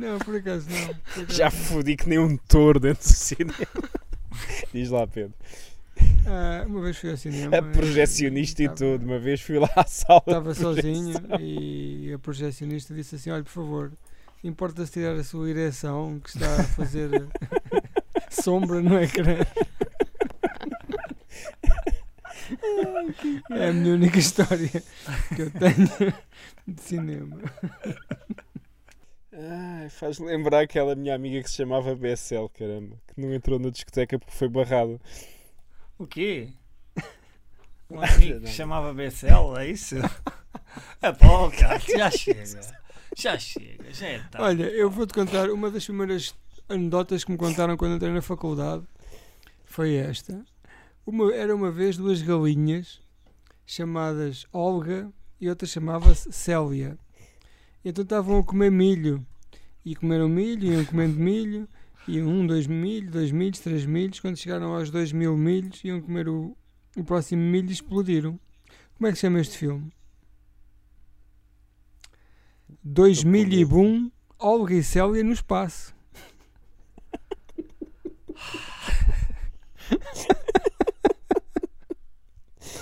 A: Não, por acaso não. por acaso
E: Já fodi que nem um touro dentro do cinema. Diz lá, Pedro.
A: não. Ah, uma vez fui ao cinema.
E: A É projecionista e
B: tá
A: tava-
E: tudo. Uma vez fui lá à sala.
A: Estava
E: de projeção.
A: sozinho e a projecionista disse assim: Olha, por favor, importa-se tirar a sua ereção que está a fazer sombra no ecrã. É a minha única história que eu tenho de cinema.
E: Ai, faz lembrar aquela minha amiga que se chamava BSL, caramba. Que não entrou na discoteca porque foi barrada.
B: O quê? Um
E: Nada,
B: amigo que
E: nada.
B: chamava BCL, é isso? É pá, cara, já chega. Já chega, já é
E: tá.
B: tarde.
A: Olha, eu vou-te contar uma das primeiras anedotas que me contaram quando entrei na faculdade. Foi esta. Uma- era uma vez duas galinhas chamadas Olga e outra chamava-se Célia. E Então estavam a comer milho. E comeram milho, iam comendo milho, iam um, dois milho, dois milhos, três milhos. Quando chegaram aos dois mil milhos, iam comer o, o próximo milho e explodiram. Como é que se chama este filme? Dois
E: Estou com
A: milho e
E: medo.
A: boom, Olga e Célia no espaço.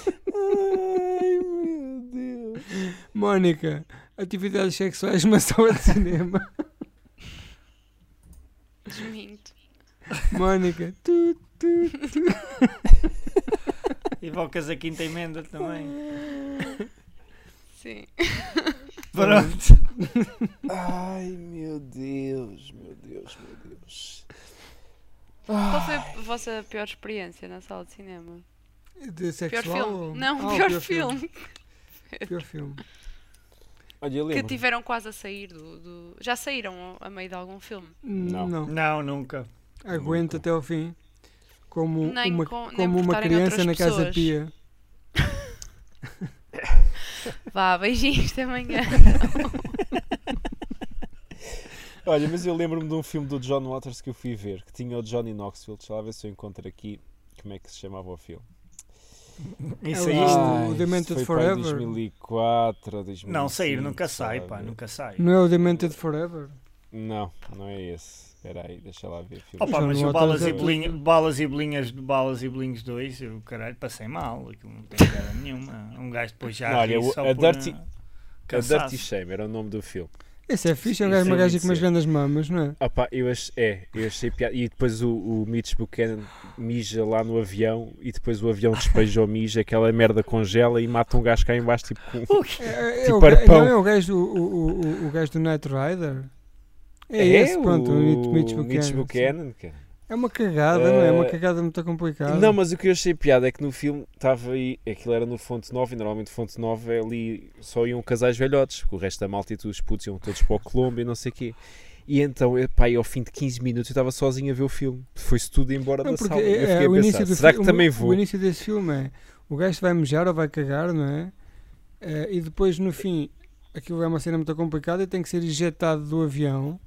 E: Ai, meu Deus.
A: Mónica, atividades sexuais numa sala de cinema.
D: Desminto.
A: Mónica, tu, tu,
B: Evocas a quinta emenda também.
D: Sim.
B: Pronto.
E: Ai, meu Deus, meu Deus, meu Deus.
D: Qual foi a vossa pior experiência na sala de cinema?
A: De
D: Pior
A: sexual? ou-
D: filme? Não,
A: Ah, o
D: pior, filme.
A: Pior filme.
E: Olha, eu
D: Que
E: lembro.
D: tiveram quase a sair do, do- Já saíram a meio de algum filme?
A: Não.
E: Não.
B: Não, nunca.
A: Aguenta
E: Nunca.
A: até ao fim. Como
D: Nem
A: uma,
D: com- nem
A: como
D: por
A: uma
D: estarem
A: criança
D: outras
A: na casa
D: pessoas.
A: pia.
D: Vá, beijinhos até amanhã.
E: Olha, mas eu lembro-me de um filme do John Waters que eu fui ver, que tinha o Johnny Knoxville. Deixa lá ver se eu encontro aqui como é que se chamava o filme.
B: E
A: Ela-
B: saíste?
A: o
E: Ai,
A: Demented
E: isso foi para aí
A: Forever?
E: 2004, 2005,
B: Não, sair nunca sai,
E: sei
B: pá,
E: lá ver.
B: nunca sai.
A: Não é o Demented Forever?
E: Não, não é esse. Espera aí, deixa lá ver. Filme.
B: Opa,
A: Já
B: mas
A: não
B: o
A: há
B: balas e,
A: tantos
B: bolinha,
A: anos.
B: balas e bolinhas de balas e bolinhos 2, eu caralho, passei mal, aquilo não tem cara nenhuma. Um gajo depois já
E: Não, olha,
B: ri
E: o-
B: só
E: a
B: por,
E: Dirty-
B: ah,
E: A Dirty
B: cansaço.
E: Shame era o nome do filme.
A: Esse é fixe, é um
E: Isso
A: gajo uma
E: é
A: gaja
E: muito
A: com umas
E: sério.
A: grandes mamas, não é?
E: Opa, eu achei, é, eu achei piada. E depois o, o Mitch Buchanan mija lá no avião e depois o avião despeja o mija, aquela merda congela e mata um gajo cá em baixo tipo com...
A: É, é, é
E: Tipo
A: o, ga-
E: arpão.
A: não é o gajo, o, o, É o, o gajo do Night Rider? É, esse, pronto, o Mitch Buchanan. sim.
E: É Buchanan, cara.
A: É uma cagada, não é? É uma
E: Eh,
A: cagada muito complicada.
E: Não, mas o que eu achei piada é que no filme estava aí, aquilo era no Fonte Nova e normalmente Fonte Nova é ali só iam casais velhotes, porque o resto da malta e tudo, os putos iam todos para o Colombo e não sei o quê. E então, epá, e ao fim de 15 minutos eu estava sozinho a ver o filme. Foi-se tudo embora
A: Não,
E: da
A: porque
E: sala. eu
A: é,
E: fiquei
A: o
E: a
A: início
E: pensar,
A: do
E: será
A: fi-
E: que
A: o
E: também
A: mi-
E: vou?
A: O início desse filme é o gajo vai mejar ou vai cagar, não é? Eh, e depois no fim aquilo é uma cena muito complicada e tem que ser ejetado do avião,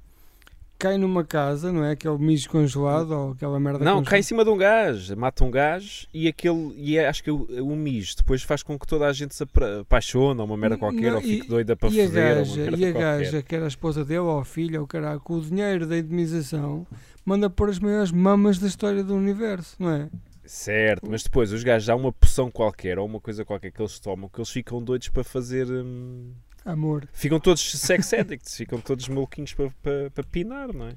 A: cai numa casa, não é? Aquele mijo congelado ou aquela merda
E: Não,
A: congelada.
E: cai em cima de um gajo, mata um gajo e aquele, e é, acho que o, o mijo depois faz com que toda a gente se apra- apaixone ou uma merda qualquer,
A: Não,
E: ou fique
A: e-
E: doida para
A: e a
E: foder, ou uma
A: gaja,
E: merda
A: e a
E: qualquer.
A: gaja que era a esposa dele ou a filha ou caralho, com o dinheiro da indemnização manda pôr as maiores mamas da história do universo, não é?
E: Certo, mas depois os gajos há uma poção qualquer ou uma coisa qualquer que eles tomam que eles ficam doidos para fazer. hum,
A: Amor.
E: ficam todos sex addicts, ficam todos maluquinhos para, para, para pinar, não é?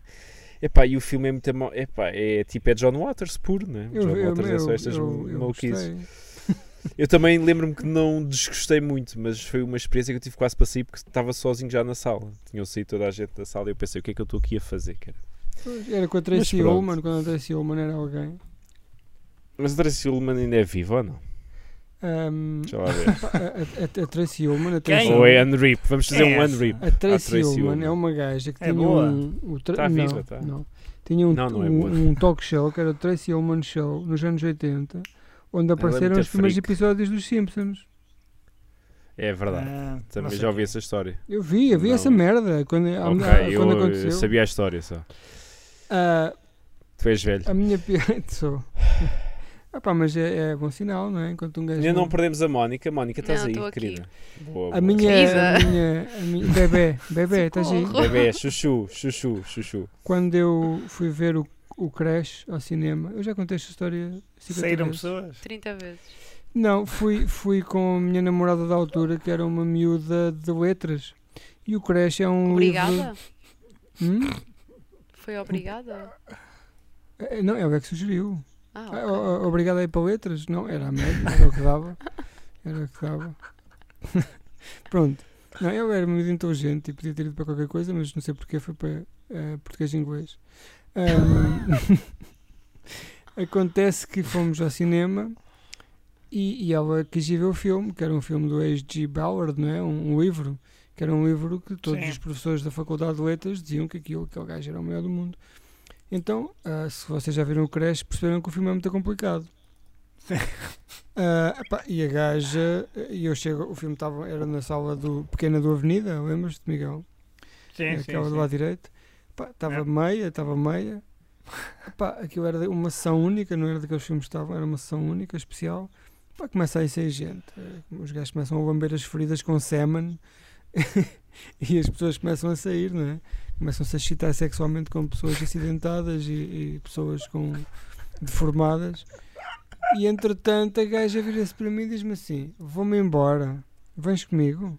E: Epá, e o filme é muito. mau- Epá, é tipo é John Waters puro, não é? John Waters é só estas maluquices.
A: gostei.
E: Eu também lembro-me que não desgostei muito, mas foi uma experiência que eu tive quase para sair porque estava sozinho já na sala. Tinham saído toda a gente da sala e eu pensei o que é que eu estou aqui a fazer, cara.
A: Pois, Era com a
E: Mas
A: Tracy
E: pronto.
A: Ullman, quando a Tracy Ullman era alguém.
E: Mas o Tracy Ullman ainda é vivo ou não?
A: Ahm,
E: Deixa lá ver.
A: a, a- a- a Tracy Ullman, a Tracy,
B: Quem?
E: Ou é unrip, vamos fazer
B: Quem é
E: um
B: essa?
E: unrip.
A: a Tracy
E: Tracy
A: Ullman
E: Ullman.
A: é uma gaja que
B: É
A: tinha
B: boa.
A: um, o tra-
E: Tá
A: não,
E: viva, tá.
A: não. Tinha um,
E: Não, não é
A: um-
E: boa.
A: um talk show que era o Tracy Ullman Show nos anos 80, onde apareceram
E: é muito
A: os primeiros
E: freak.
A: episódios dos Simpsons.
E: É verdade.
B: Ah, não
E: Também
B: sei
E: já
B: quem.
E: ouvi essa história.
A: Eu vi, eu vi
E: Não.
A: essa merda quando, a-
E: ok,
A: a-
E: eu,
A: quando
E: eu
A: aconteceu.
E: sabia a história só.
A: Ah,
E: Tu és velho.
A: a minha piada. sou. Ah, pá, mas é, é bom sinal, não é? Enquanto um gajo.
E: Ainda não perdemos a Mónica. Mónica, estás
D: Não,
E: aí,
D: tô aqui. É
E: querida. Boa,
A: A
E: boa.
A: minha, a
D: Querida.
A: minha, a minha. Bebê, bebê, estás aí?
D: Socorro.
E: Bebê, chuchu, chuchu, chuchu.
A: Quando eu fui ver o, o Crash ao cinema, eu já contei esta história 50
B: Saíram
A: vezes.
B: pessoas?
D: 30 vezes.
A: Não, fui, fui com a minha namorada da altura, que era uma miúda de letras. E o Crash é um livro.
D: Obrigada?
A: Hum?
D: Foi obrigada?
A: Eh, Não, é o que sugeriu.
D: Ah,
A: Ah,
D: ok.
A: o- o- Obrigado aí para letras? Não, era a média, era o que dava. Era o que dava. Pronto. Não, eu era muito inteligente e podia ter ido para qualquer coisa, mas não sei porque foi para eh, português e inglês. Ahm, acontece que fomos ao cinema e, e ela quis ir ver o filme, que era um filme do H.G. Ballard, não é? Um, um livro, que era um livro que todos
B: Sim.
A: os professores da Faculdade de Letras diziam que aquilo, aquele gajo era o melhor do mundo. Então, ah, se vocês já viram o Crash, perceberam que o filme é muito complicado. Ah, epá, e a gaja, e eu chego, o filme estava, era na sala do Pequena do Avenida, lembras-te, Miguel?
B: Sim, sim,
A: É Aquela do lado
B: sim.
A: direito. Epá, Estava
B: É.
A: meia, estava meia. Epá, aquilo era de- uma sessão única, não era daqueles filmes que estavam, era uma sessão única, especial. Epá, começa a ir sem gente. Eh, Os gajos começam a lamber as feridas com semen e as pessoas começam a sair, não é? Começam-se a excitar sexualmente com pessoas acidentadas e, e pessoas com deformadas. E entretanto a gaja vira-se para mim e diz-me assim: Vou-me embora, vens comigo?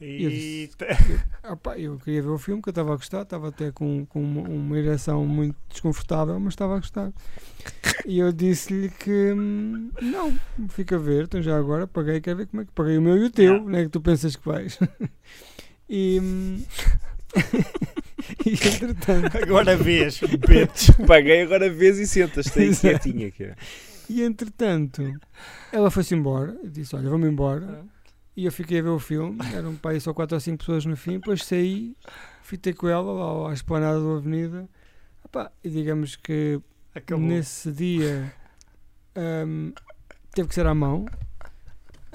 A: Eu
B: E...
A: disse- Ah pá, eu queria ver o filme que eu estava a gostar, estava até com, com uma, uma ereção muito desconfortável, mas estava a gostar. E eu disse-lhe que hum, não, fica a ver, então já agora paguei, quer ver como é que paguei o meu e o teu,
B: Yeah.
A: não é que tu pensas que vais. E, hum, e entretanto,
B: Agora vês, bitch.
E: Paguei agora vês e sentas-te aí
A: Exato.
E: quietinha, cara.
A: E entretanto, ela foi-se embora, disse: Olha, vamos embora. E eu fiquei a ver o filme, eram para aí só 4 ou 5 pessoas no fim. Depois saí, fitei com ela lá à esplanada da Avenida. Epá, e digamos que
B: Acabou.
A: nesse dia ahm, teve que ser à mão.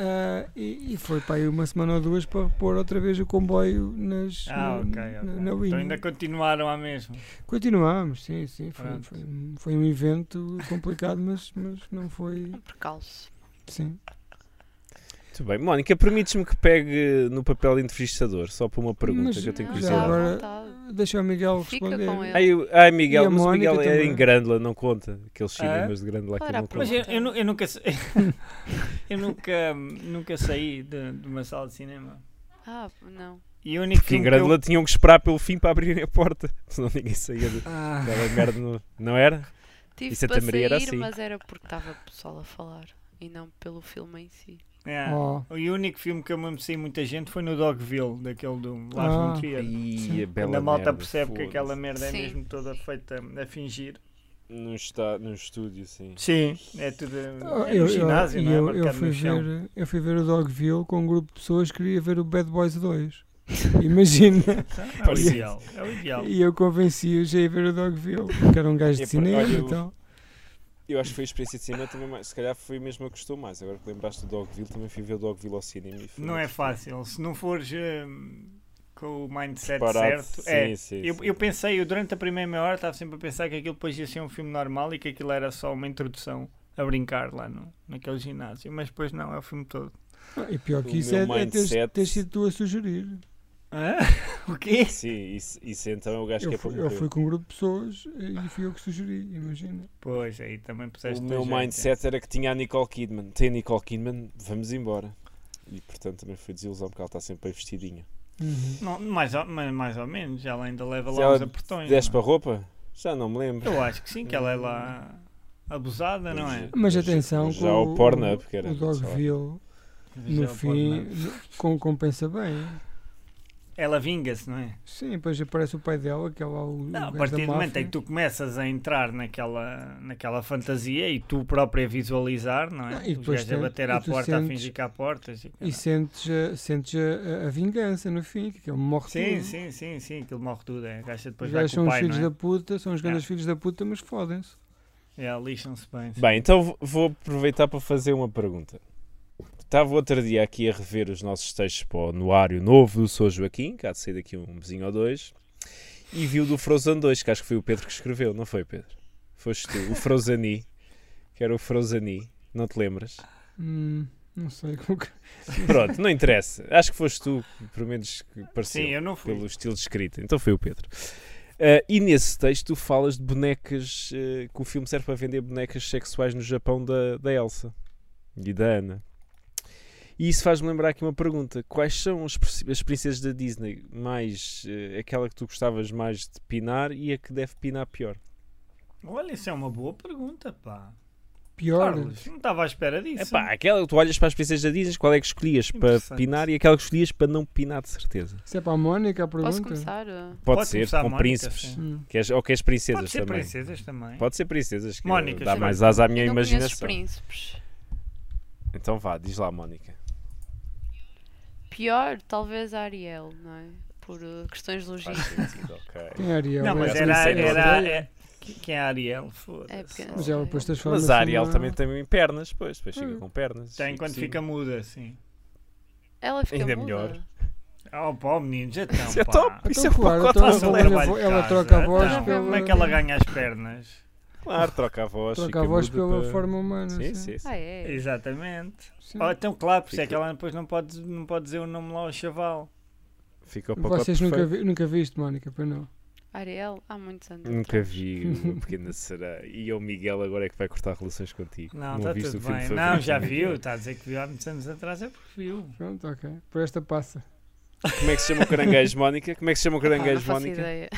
A: Ah, e, e foi para aí uma semana ou duas para pôr outra vez o comboio nas, na,
B: Ah, ok,
A: na-
B: ok.
A: na linha.
B: Então ainda continuaram à mesma.
A: Continuámos, sim, sim. Foi,
B: Pronto.
A: foi, um- foi um evento complicado, mas, mas não foi.
D: Um percalço.
A: Sim.
E: Muito bem, Mónica, permites-me que pegue no papel de entrevistador, só para uma pergunta
A: Mas
E: que eu tenho
A: já
E: curiosidade.
A: agora-
D: vontade.
A: Deixa o Miguel
D: Fica
A: responder.
D: com ele.
E: Ai, o- ai,
A: E
E: Miguel,
A: a
E: mas o
A: Mónica
E: Miguel é
A: também.
E: em Grândola, não conta.
B: Ah?
E: Aqueles cinemas de Grândola que
D: Ora,
E: não
D: pronto.
B: Mas
E: conta.
B: eu, eu nu- eu nunca sa- eu nunca nunca saí de, de uma sala de cinema.
D: Ah, não.
B: E o único
E: Porque em
B: filme que eu-
E: Grândola tinham que esperar pelo fim para abrirem a porta, senão ninguém saía de-
B: Ah,
E: dava merda no- Não era?
D: Tive
E: Isso é
D: para
E: também
D: sair,
E: era assim.
D: mas era porque estava pessoal a falar. E não pelo filme em si.
B: é.
A: Oh,
B: E o único filme que eu mesmo saí muita gente foi no Dogville, daquele do Lars
A: Ah.
B: von Trier.
E: Ih, a bela
B: Quando a malta
E: merda,
B: percebe que
E: foda-se.
B: aquela merda é
D: Sim.
B: mesmo toda feita a fingir.
E: Num, está, num estúdio, sim.
B: Sim, é tudo.
A: Ah,
B: É no ginásio,
A: e
B: não é?
A: eu- eu
B: Marcado
A: fui
B: no chão.
A: ver, eu fui ver o Dogville com um grupo de pessoas que queria ver o Bad Boys 2. Imagina.
B: É o ideal. É o ideal.
A: e eu convenci-os a ir ver o Dogville, porque era um gajo de
E: É, por-
A: cinema
E: olha,
A: e
E: o-
A: tal.
E: Eu acho que foi a experiência de cinema também mais. Se calhar foi mesmo a que gostou mais. Agora que lembraste do Dogville, também fui ver o Dogville ao cinema. E foi
B: Não
E: uma
B: é
E: questão.
B: fácil. Se não fores hum, com o mindset
E: Preparado,
B: certo.
E: sim,
B: é.
E: sim,
B: Eu,
E: sim.
B: eu pensei, eu durante a primeira meia hora estava sempre a pensar que aquilo depois ia ser um filme normal e que aquilo era só uma introdução a brincar lá no, naquele ginásio. Mas depois não, é o filme todo.
A: Ah, E pior
E: o
A: que isso
E: meu
A: é, é teres,
E: mindset-
A: teres sido tu a sugerir.
B: Hã? O quê?
E: Sim, isso, isso então é o gajo
A: Eu
E: que é
A: fui,
E: para
A: eu
E: morrer.
A: fui com um grupo de pessoas e fui eu que sugeri, imagina.
B: Pois, aí também puseste
E: O meu
B: jeito, é.
E: mindset era que tinha a Nicole Kidman. Tem a Nicole Kidman, vamos embora. E portanto também foi desilusão porque ela está sempre bem vestidinha.
B: Não, mais, ou, mais, mais ou menos, ela ainda leva
E: Se
B: lá
E: ela
B: os apertões.
E: Deste para
B: não
E: a roupa? Já não me lembro.
B: é? Eu acho que sim, que ela é lá abusada, não é?
A: Mas
E: Mas
A: atenção,
E: já
A: que
E: o Pornhub, que era
A: o
E: só-
A: Dogville,
B: Já
A: no
B: pode,
A: fim,
B: não é?
A: no- com, compensa bem.
B: Ela vinga-se, não é?
A: Sim, depois aparece o pai dela, que é lá o. o
B: Não, a
A: gajo
B: partir
A: da
B: do momento
A: máfia.
B: em que tu começas a entrar naquela, naquela fantasia e tu próprio a visualizar, não é?
A: Ah, e
B: Os
A: depois
B: gajos a
A: tem-
B: bater
A: e
B: à
A: tu
B: porta, a
A: sentes-
B: fingir que há portas. E,
A: E sentes, a- sentes a, a- a vingança no fim, que é morre
B: sim,
A: tudo.
B: sim, sim, sim, aquilo morre tudo. É. A gaja depois
A: Os
B: vai
A: gajos
B: com
A: são
B: o
A: os
B: pai,
A: filhos
B: não
A: da puta, são os grandes
B: É.
A: filhos da puta, mas fodem-se.
B: é? é Lixam-se bem. sim.
E: Bem, então v- vou aproveitar para fazer uma pergunta. Estava outro dia aqui a rever os nossos textos para o Anuário Novo do Sou Joaquim, que há de sair daqui um vizinho ou dois, e vi o do Frozen 2, que acho que foi o Pedro que escreveu, não foi, Pedro? Foste tu, o Frozani, que era o Frozani, não te lembras?
A: Hum, não sei como que.
E: Pronto, não interessa. Acho que foste tu, pelo menos que pareceu,
B: Sim, eu não fui.
E: pelo estilo de escrita. Então foi o Pedro. Ah, e nesse texto tu falas de bonecas, ah, que o filme serve para vender bonecas sexuais no Japão da, da Elsa e da Ana. E isso faz-me lembrar aqui uma pergunta. Quais são as, princ- as princesas da Disney mais... ah, aquela que tu gostavas mais de pinar e a que deve pinar pior?
B: Olha, isso é uma boa pergunta, pá.
A: Pior.
B: Carlos, não estava à espera disso.
E: Epá, aquela que tu olhas para as princesas da Disney, qual é que escolhias para
B: é Interessante.
E: pinar e aquela que escolhias para não pinar de certeza?
A: Isso é para a Mónica a pergunta?
D: Posso começar? Ah,
E: Pode,
B: Pode
E: ser,
B: começar a
E: com
B: Mónica,
E: príncipes.
B: sim.
A: Hum.
E: Queres, ou queres princesas
B: Pode ser
E: também?
B: princesas também.
E: Pode ser princesas. Que
B: Mónica,
E: dá
B: sim.
E: mais asa à minha
D: não conheço os
E: imaginação.
D: príncipes.
E: Então vá, diz lá, Mónica.
D: Pior, talvez a Ariel, não é? Por eh, questões
E: Faz
D: logísticas.
E: sentido, ok.
A: Tem a Ariel.
B: Não, mas
A: essa
B: era.
A: isso é
B: era
A: outra.
B: é- que- Quem é a Ariel? Foda-se.
D: É,
A: Mas ela depois transforma
E: Mas a Ariel também tem pernas, pois. Depois chega
A: Hum.
E: com pernas.
B: Tem quando
E: sim.
B: fica muda, sim.
D: Ela fica
E: Ainda é
D: muda.
E: melhor.
B: Oh, pá, meninos, então.
E: Isso é
B: pá.
E: top. Isso é um
A: claro,
E: pacote
A: então
B: Faça o
A: Ela-
B: trabalho
A: ela-
B: de
A: ela
B: casa,
A: troca a voz
B: então.
A: pela-
B: Como é que ela ganha as pernas?
E: Claro, troca a voz.
A: Troca
E: fica
A: a voz
E: muda
A: pela
E: para-
A: forma humana.
E: Sim, sim. sim.
D: Ah, é? Hum.
B: Exatamente.
A: sim.
B: Oh, então, claro, por isso é que
E: Fica-
B: ela depois não pode, não pode dizer o nome lá ao chaval.
E: Fica o É um pacote
A: Vocês nunca,
E: perfeito.
A: vi, nunca viste, Mónica, pois não?
D: Ariel, há muitos anos.
E: Nunca vi o Pequena Será. E o Miguel agora é que vai cortar relações contigo.
B: Não, está
E: viste
B: tudo
E: o filme
B: bem.
E: favorito
B: Não, já
E: do
B: viu.
E: Miguel.
B: Está a dizer que viu há muitos anos atrás, é porque viu.
A: Pronto, ok. Por esta passa.
E: Como é que se chama o caranguejo, Mónica? Como é que se chama o
D: Ah, não
E: caranguejo,
D: faço
E: Mónica?
D: ideia.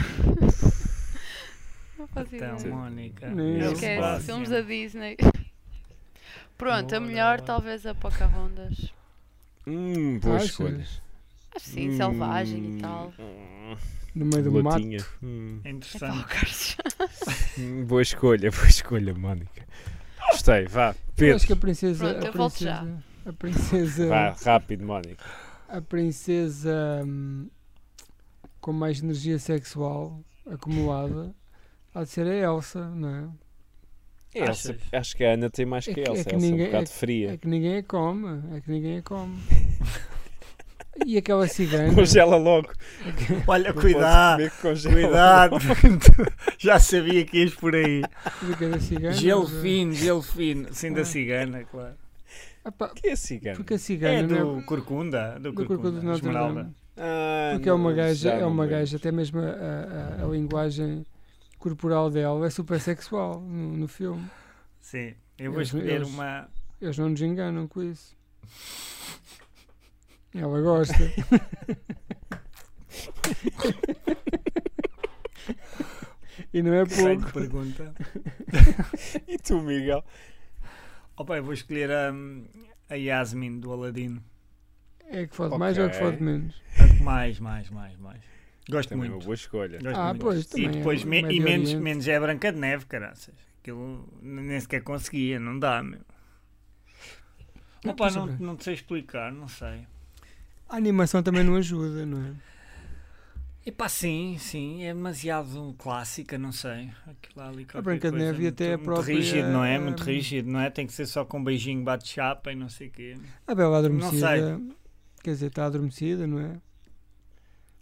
D: Não faço
B: Então,
D: ideia.
B: Mónica.
A: Nem
B: é o
A: eu.
D: é. Esquece,
B: Sebastião.
D: filmes da Disney. Pronto, a
B: Boa,
D: melhor
B: boa.
D: talvez a Pocahontas.
E: Hum, boa
A: Achas?
E: escolha.
D: Acho que sim, selvagem
E: Hum,
D: e tal.
E: hum,
A: No meio do mato.
E: Lotinha. Hum.
B: É
D: É pá, o
B: interessante.
D: Carlos.
E: Hum, Boa escolha, boa escolha, Mónica. Gostei, vá,
A: Eu acho que
E: Pedro.
A: a princesa.
D: Pronto,
A: a
D: eu volto já.
A: princesa- A princesa.
E: Vá, rápido, Mónica.
A: a princesa hum, com mais energia sexual acumulada há de ser a Elsa, não é?
E: É, Elsa,
B: Achas?
E: acho que a Ana tem mais
A: É
E: que a
A: que- é
E: Elsa.
A: que
E: Elsa é um
A: ninguém-
E: bocado
A: É
E: fria.
A: que ninguém a come, é que ninguém a come. E aquela cigana.
E: Congela logo.
D: É
B: Olha,
E: Não posso
B: cuidado.
E: comer que congela
B: Cuidado.
E: logo.
B: já sabia que ias por aí.
A: Aquela é cigana eh,
B: Gelo
A: já-
B: fino, gelo fino. Sim, da cigana, claro.
A: Ah pá,
E: Que é cigano?
A: porque a cigana
B: É
A: não
B: do Corcunda, do
A: do Corcunda
B: Corcunda,
A: de Notre
B: Esmeralda.
A: Dame.
E: Ah,
A: Porque é uma
E: não,
A: gaja,
E: já
A: é
E: não
A: uma
E: lembro.
A: gaja, até mesmo a, a- a- a linguagem corporal dela é super sexual no, no filme.
B: Sim, eu vou
A: Eles-
B: escolher
A: É eles-
B: uma.
A: Eles não nos enganam com isso. Ela gosta. e não é pouco.
B: Grande pergunta.
E: E tu, Miguel?
B: Opa, eu vou escolher a, a Yasmin do Aladino.
A: É que fode mais ou é que
E: Ok.
A: fode menos?
B: A que Mais, mais, mais, mais. Gosto
E: Também é uma
B: muito.
E: boa escolha.
B: Gosto
A: Ah,
B: muito.
A: pois,
B: E
A: também é
B: depois
A: o
B: me- e
A: Médio
B: menos,
A: Oriente.
B: menos é Branca de Neve, caraças. Aquilo nem sequer conseguia, não dá, meu.
A: Não é.
B: Opa,
A: posso
B: não,
A: saber.
B: não sei explicar, não sei.
A: A animação também não ajuda, não é?
B: E pá, sim, sim, é demasiado clássica, não sei. Aquilo ali qualquer
A: Branca de
B: coisa,
A: Neve e até a
B: muito,
A: própria,
B: Muito rígido, não é? Muito
A: hum,
B: rígido, não é? Tem que ser só com um beijinho, bate-chapa e não sei o quê.
A: A Bela
B: Não sei.
A: Adormecida. Quer dizer, está adormecida, não é? Mas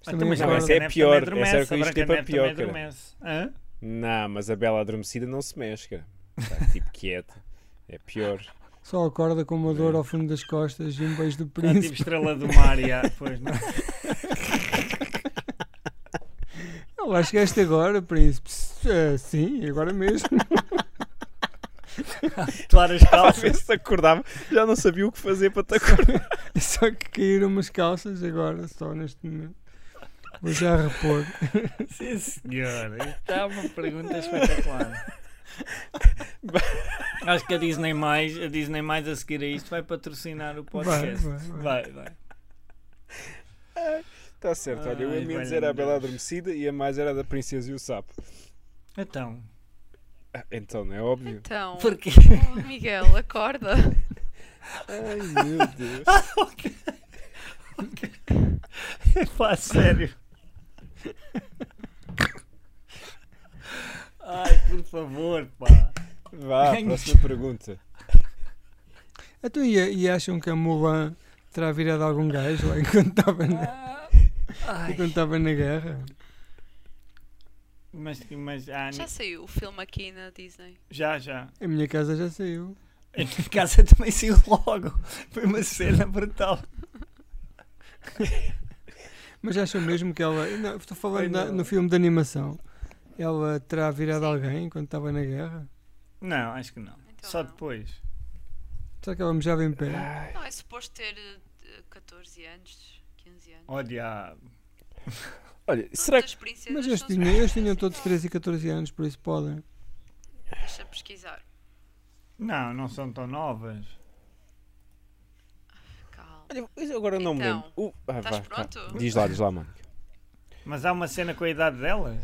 B: Ah,
A: também
B: mas
A: é
B: a
A: claro.
B: Branca
E: Essa é
B: de Neve
E: pior,
B: também
E: essa era o
B: adormece,
E: que eu ia
B: a
E: dizer
B: Branca de
E: para
B: Neve também
E: pior, cara.
B: adormece. Hã?
E: Não, mas a Bela Adormecida não se mexe, cara. Está tipo quieta. É pior.
A: Só acorda com uma dor ao fundo das costas e um beijo do
B: Ah, tipo
A: príncipe.
B: estrela do mar, já, pois não. tipo-
A: Não, lá chegaste agora, príncipe. Ah, sim, agora mesmo.
B: Claro, as
E: Às
B: calças.
E: vezes acordava, já não sabia o que fazer para te acordar.
A: Só que caíram umas calças agora, só neste momento. Vou já repor.
B: Sim, senhora. Isto é uma pergunta espetacular. Acho que a Disney, mais, a Disney mais a seguir a isto vai patrocinar o
A: Vai,
B: podcast.
A: vai, vai.
B: Vai, vai.
E: Está Tá certo, olha, o
B: Ai,
E: a menos
B: valha-me
E: era a Bela
B: Deus.
E: Adormecida e a mais era a da Princesa e o Sapo.
B: Então,
E: Ah, então, não é óbvio.
D: Então,
B: porquê?
D: oh, Miguel, acorda. Então.
E: Ai, meu Deus.
B: Pá, sério. Ai, por favor, pá.
E: Vá,
B: Ganhas.
E: próxima pergunta.
A: Então, e, e acham que a Mulan terá virado algum gajo lá enquanto estava na,
B: Ai,
A: enquanto estava na guerra?
B: mas, mas ah,
D: Já saiu o filme aqui na Disney.
B: já, já.
A: A minha casa já saiu.
B: A minha casa também saiu logo. Foi uma cena brutal.
A: Mas acham mesmo que ela. Não, estou falando
B: Ai,
A: da-
B: não.
A: no filme de animação. Ela terá virado alguém enquanto estava na guerra?
B: Não, acho que não.
D: Então
B: Só
D: não.
B: depois.
A: Será que ela mejava em pé?
D: Não, é suposto ter eh, 14 anos, 15 anos.
B: Olha,
E: Olha, será
D: Todas as
E: que.
D: princesas
A: Mas eles
D: são
A: tinham, eles
D: supostas
A: tinham
D: assim.
A: todos 13 e 14 anos, por isso podem.
D: Deixa pesquisar.
B: não, não são tão novas.
D: Calma.
E: Olha, eu agora não me
D: Então,
E: lembro. Uh, ah,
D: estás
E: vá, cá.
D: pronto?
E: Diz lá, diz lá, mano.
B: Mas há uma cena com a idade delas?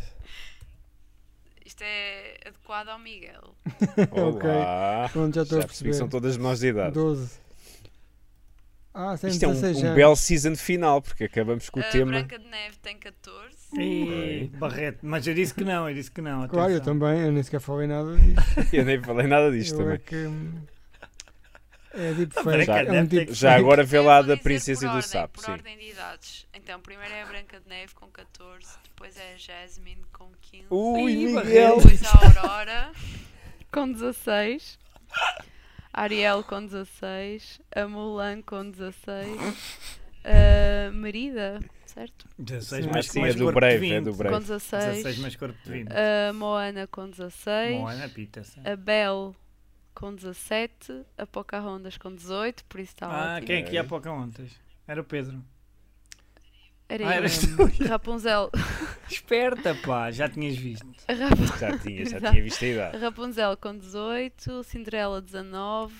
D: Isto é adequado ao Miguel.
A: Ok.
E: Olá.
A: Pronto, já estou a
E: percebi que
A: perceber.
E: são todas menores de idade.
A: 12. Ah, tem
E: Isto é um,
A: 16
E: um
A: anos.
E: belo season final, porque acabamos com
D: a
E: o tema.
D: Ah, Branca de Neve tem 14.
B: Ih, Barreto, mas eu disse que não, eu disse que não.
A: Claro, eu
B: atenção.
A: também, eu nem sequer falei nada disso.
E: Eu nem falei nada disto
A: eu é
E: também.
A: que. hum, É deep
B: Branca
A: fake. É um
B: deve ter-
A: deep
E: Já
A: fake.
E: agora vê
D: Eu
E: lá
D: vou
E: da
D: dizer
E: Princesa
D: por
E: e do
D: ordem,
E: Sapo,
D: Por
E: sim.
D: ordem de idades. Então, primeiro é a Branca de Neve com 14, depois é a Jasmine com 15,
E: Ui,
B: Ih,
E: Miguel!
B: Barreto.
D: depois a Aurora com 16, a Ariel com 16, a Mulan com 16, a Merida, certo?
B: 16
A: Sim.
B: mais,
E: Ah, sim,
B: mais
E: é do
B: corpo de
E: Brave, é
B: 20.
E: do
D: Com
E: Brave.
B: 16
D: 16,
B: mais corpo de 20.
D: a Moana com 16,
B: Moana Peterson.
D: a Belle com 17, a Pocahontas com 18, por isso está
B: Ah,
D: ótimo.
B: quem é que ia para Pocahontas? Era o Pedro.
D: Era
B: Ah,
D: eu.
B: eras tu.
D: Rapunzel,
B: Esperta, pá, já tinhas visto.
D: a Rap-
E: Já tinha, já
D: Exato.
E: tinha visto a idade.
D: Rapunzel com 18, Cinderela 19,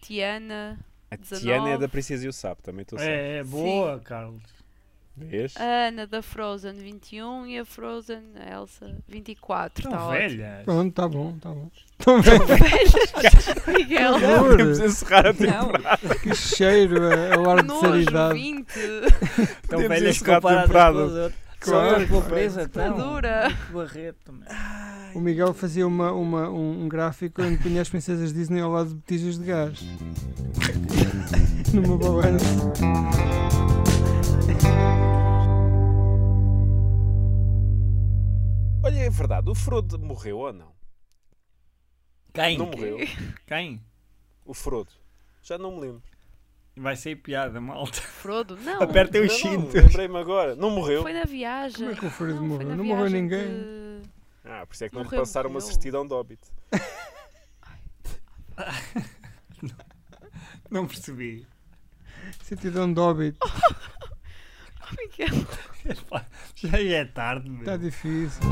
D: Tiana.
E: A
D: 19.
E: Tiana é da Princesa e o Sapo, também estou a saber.
B: É, é boa, Carlos.
E: Vês?
D: A Ana da Frozen 21 e a Frozen a Elsa 24.
B: Tão
D: Está ótimo.
B: velhas.
A: Pronto, tá bom, tá bom. Tão bem.
D: Miguel,
A: Não,
E: Podemos encerrar
B: Não,
E: a temporada.
A: que cheiro, é, é o ar de
D: nojo,
A: seriedade.
D: 20,
B: tão
E: podemos
B: velhas
E: encerrar a
B: comparadas
E: temporada.
B: com as outras.
A: Claro,
B: Só eu vou
A: claro.
B: presa,
D: então.
B: tão.
D: tá dura.
B: É Barreto, meu.
A: O Miguel fazia uma, uma, um, um gráfico onde punha as princesas Disney ao lado de botijas de gás. Numa balança.
E: Olha, é verdade, o Frodo morreu ou não?
B: Quem?
E: Não morreu.
B: Quem?
E: O Frodo. Já não me lembro.
B: Vai sair piada, malta.
D: Frodo, não.
B: Apertem
E: Não,
B: os
E: não,
B: cintos.
E: Lembrei-me agora. Não morreu.
D: Foi na viagem.
A: Como é que o Frodo
D: Não, foi
A: morreu?
D: na
A: Não morreu
D: viagem
A: ninguém.
D: de-
E: Ah, por isso é que não me
D: Morreu,
E: passaram uma
D: morreu.
E: certidão de óbito.
B: Não percebi.
A: Certidão de óbito,
D: Miguel,
B: Epá, Já é tarde, meu.
A: está difícil.